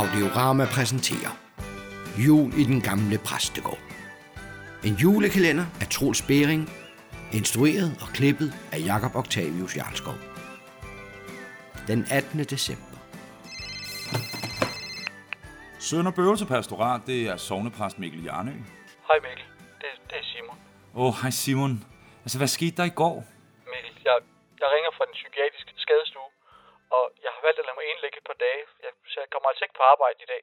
Audiorama præsenterer Jul i den gamle præstegård. En julekalender af Troels Bering, instrueret og klippet af Jakob Octavius Jarlskov. Den 18. december. Sønder Bøvelse Pastorat, det er sovnepræst Mikkel Jarnø. Hej Mikkel, det, det er Simon. Åh, oh, hej Simon. Altså, hvad skete der i går? Mikkel, jeg, jeg ringer fra den psykiatriske skadestue, og jeg har valgt at lade mig indlægge et par dage, jeg, så jeg kommer altså ikke på arbejde i dag.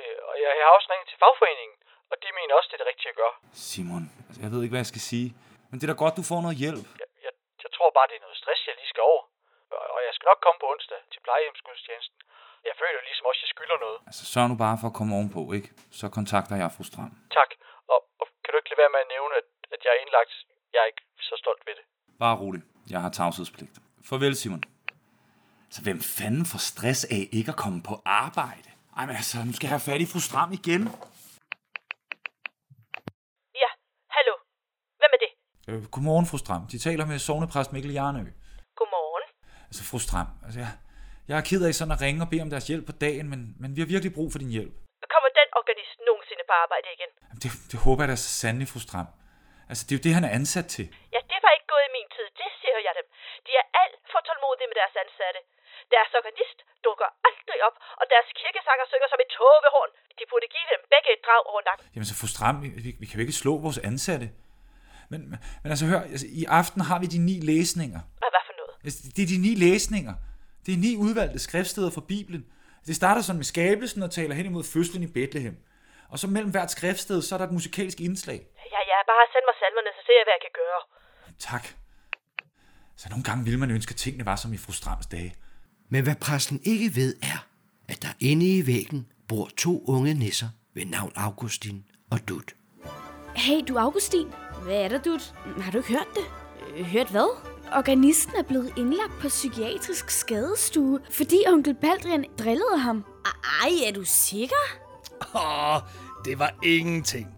Øh, og jeg, jeg har også ringet til fagforeningen, og de mener også, det er det rigtige at gøre. Simon, altså, jeg ved ikke, hvad jeg skal sige. Men det er da godt, du får noget hjælp. Jeg, jeg, jeg tror bare, det er noget stress, jeg lige skal over. Og, og jeg skal nok komme på onsdag til plejehjemsgudstjenesten. Jeg føler jo ligesom også, jeg skylder noget. Altså, sørg nu bare for at komme ovenpå, ikke? Så kontakter jeg fru Stram. Tak. Og, og kan du ikke lade være med at nævne, at, at jeg er indlagt? Jeg er ikke så stolt ved det. Bare rolig. Jeg har tavshedspligt. Farvel, Simon. Så hvem fanden får stress af ikke at komme på arbejde? Ej, men altså, nu skal jeg have fat i fru Stram igen. Ja, hallo. Hvem er det? Øh, godmorgen, fru Stram. De taler med sovnepræst Mikkel Jarnø. Godmorgen. Altså, fru Stram, altså, jeg, jeg er ked af sådan at ringe og bede om deres hjælp på dagen, men, men vi har virkelig brug for din hjælp. Kommer den organist nogensinde på arbejde igen? Jamen, det, det håber jeg da så sandelig, fru Stram. Altså, det er jo det, han er ansat til. Ja, det var ikke gået i min tid, det siger jeg dem. De er alt for tålmodige med deres ansatte. Deres organist dukker aldrig op, og deres kirkesanger synger som et tågehorn. De burde give dem begge et drag over nakken. Jamen, så fru Stram, vi, vi, vi kan jo ikke slå vores ansatte. Men, men altså, hør, altså, i aften har vi de ni læsninger. Hvad, hvad for noget? Altså, det er de ni læsninger. Det er ni udvalgte skriftsteder fra Bibelen. Det starter sådan med skabelsen og taler hen imod fødslen i Bethlehem. Og så mellem hvert skriftsted, så er der et musikalsk indslag. Ja, ja, bare send mig salmerne, så ser jeg, hvad jeg kan gøre. Tak. Så nogle gange ville man ønske, at tingene var som i fru Strams dage. Men hvad præsten ikke ved er, at der inde i væggen bor to unge nisser ved navn Augustin og Dut. Hey, du Augustin. Hvad er der, Dut? Har du ikke hørt det? Øh, hørt hvad? Organisten er blevet indlagt på psykiatrisk skadestue, fordi onkel Baldrian drillede ham. Ej, er du sikker? Åh, det var ingenting.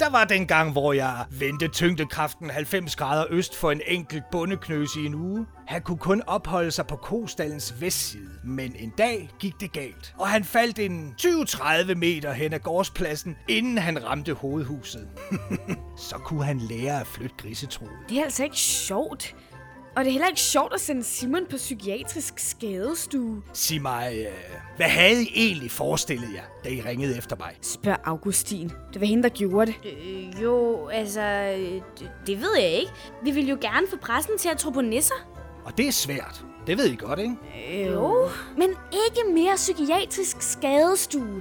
Der var den gang, hvor jeg vendte tyngdekraften 90 grader øst for en enkelt bondeknøs i en uge. Han kunne kun opholde sig på kostallens vestside, men en dag gik det galt, og han faldt en 20-30 meter hen ad gårdspladsen, inden han ramte hovedhuset. Så kunne han lære at flytte grisetroet. Det er altså ikke sjovt. Og det er heller ikke sjovt at sende Simon på psykiatrisk skadestue. Sig mig, øh, hvad havde I egentlig forestillet jer, da I ringede efter mig? Spørg Augustin. Det var hende, der gjorde det. Øh, jo, altså, øh, det, det ved jeg ikke. Vi vil jo gerne få pressen til at tro på nisser. Og det er svært. Det ved I godt, ikke? Jo. Men ikke mere psykiatrisk skadestue.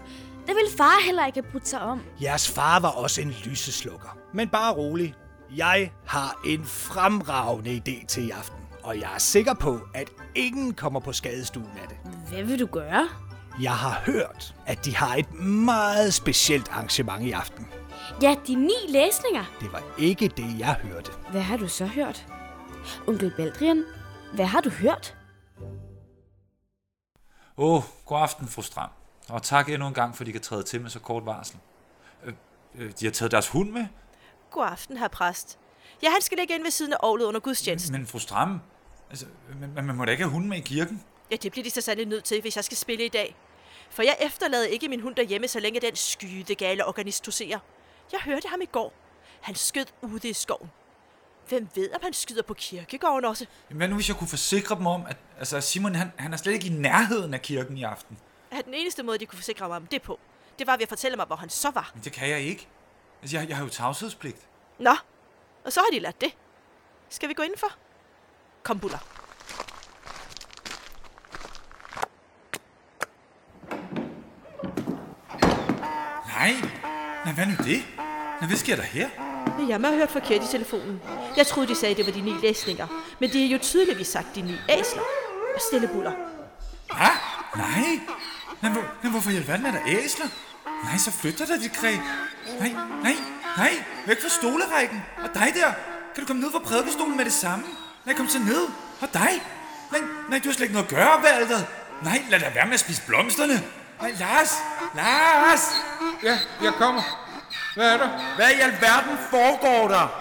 Det vil far heller ikke have brudt sig om. Jeres far var også en lyseslukker. Men bare rolig. Jeg har en fremragende idé til i aften. Og jeg er sikker på, at ingen kommer på skadestuen af det. Hvad vil du gøre? Jeg har hørt, at de har et meget specielt arrangement i aften. Ja, de ni læsninger. Det var ikke det, jeg hørte. Hvad har du så hørt? Onkel Baldrian, hvad har du hørt? Åh, oh, god aften, fru Stram. Og tak endnu en gang, fordi I kan træde til med så kort varsel. Øh, øh, de har taget deres hund med, God aften, herr præst. Ja, han skal ligge ind ved siden af ovlet under gudstjenesten. men fru Stram, altså, man, man må da ikke have hunden med i kirken. Ja, det bliver de så sandelig nødt til, hvis jeg skal spille i dag. For jeg efterlader ikke min hund derhjemme, så længe den skydegale organist toserer. Jeg hørte ham i går. Han skød ude i skoven. Hvem ved, om han skyder på kirkegården også? Men Hvad nu, hvis jeg kunne forsikre dem om, at altså, Simon han, han er slet ikke i nærheden af kirken i aften? At den eneste måde, de kunne forsikre mig om det på, det var ved at fortælle mig, hvor han så var. Men det kan jeg ikke. Altså, jeg, jeg har jo tavshedspligt. Nå, og så har de lært det. Skal vi gå indenfor? Kom, buller. Nej, nej, hvad nu det? Nej, hvad sker der her? Men jeg må have hørt forkert i telefonen. Jeg troede, de sagde, det var de ni læsninger. Men det er jo tydeligvis sagt de ni æsler. Og stille buller. Ah, nej. Men, hvor, men hvorfor i alverden er der æsler? Nej, så flytter der dit kræ. Nej, nej, nej. Væk fra stolerækken. Og dig der. Kan du komme ned fra prædikestolen med det samme? Nej, kom så ned. Og dig. Nej, nej, du har slet ikke noget at gøre, Valder. Nej, lad da være med at spise blomsterne. Nej, Lars. Lars. Ja, jeg kommer. Hvad er der? Hvad i alverden foregår der?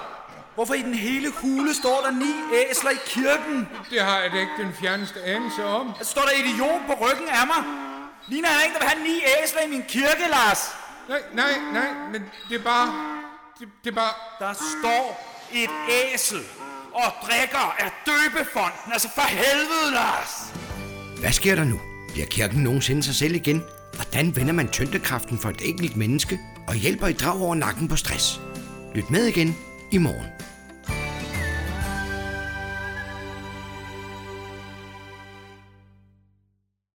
Hvorfor i den hele hule står der ni æsler i kirken? Det har jeg da ikke den fjerneste anelse om. Står der idiot på ryggen af mig? Ligner jeg ikke, der vil have ni æsler i min kirke, Lars? Nej, nej, nej, men det er bare... Det, det er bare... Der står et æsel og drikker af døbefonden. Altså for helvede, Lars! Hvad sker der nu? Bliver kirken nogensinde sig selv igen? Hvordan vender man tyngdekraften for et enkelt menneske og hjælper i drag over nakken på stress? Lyt med igen i morgen.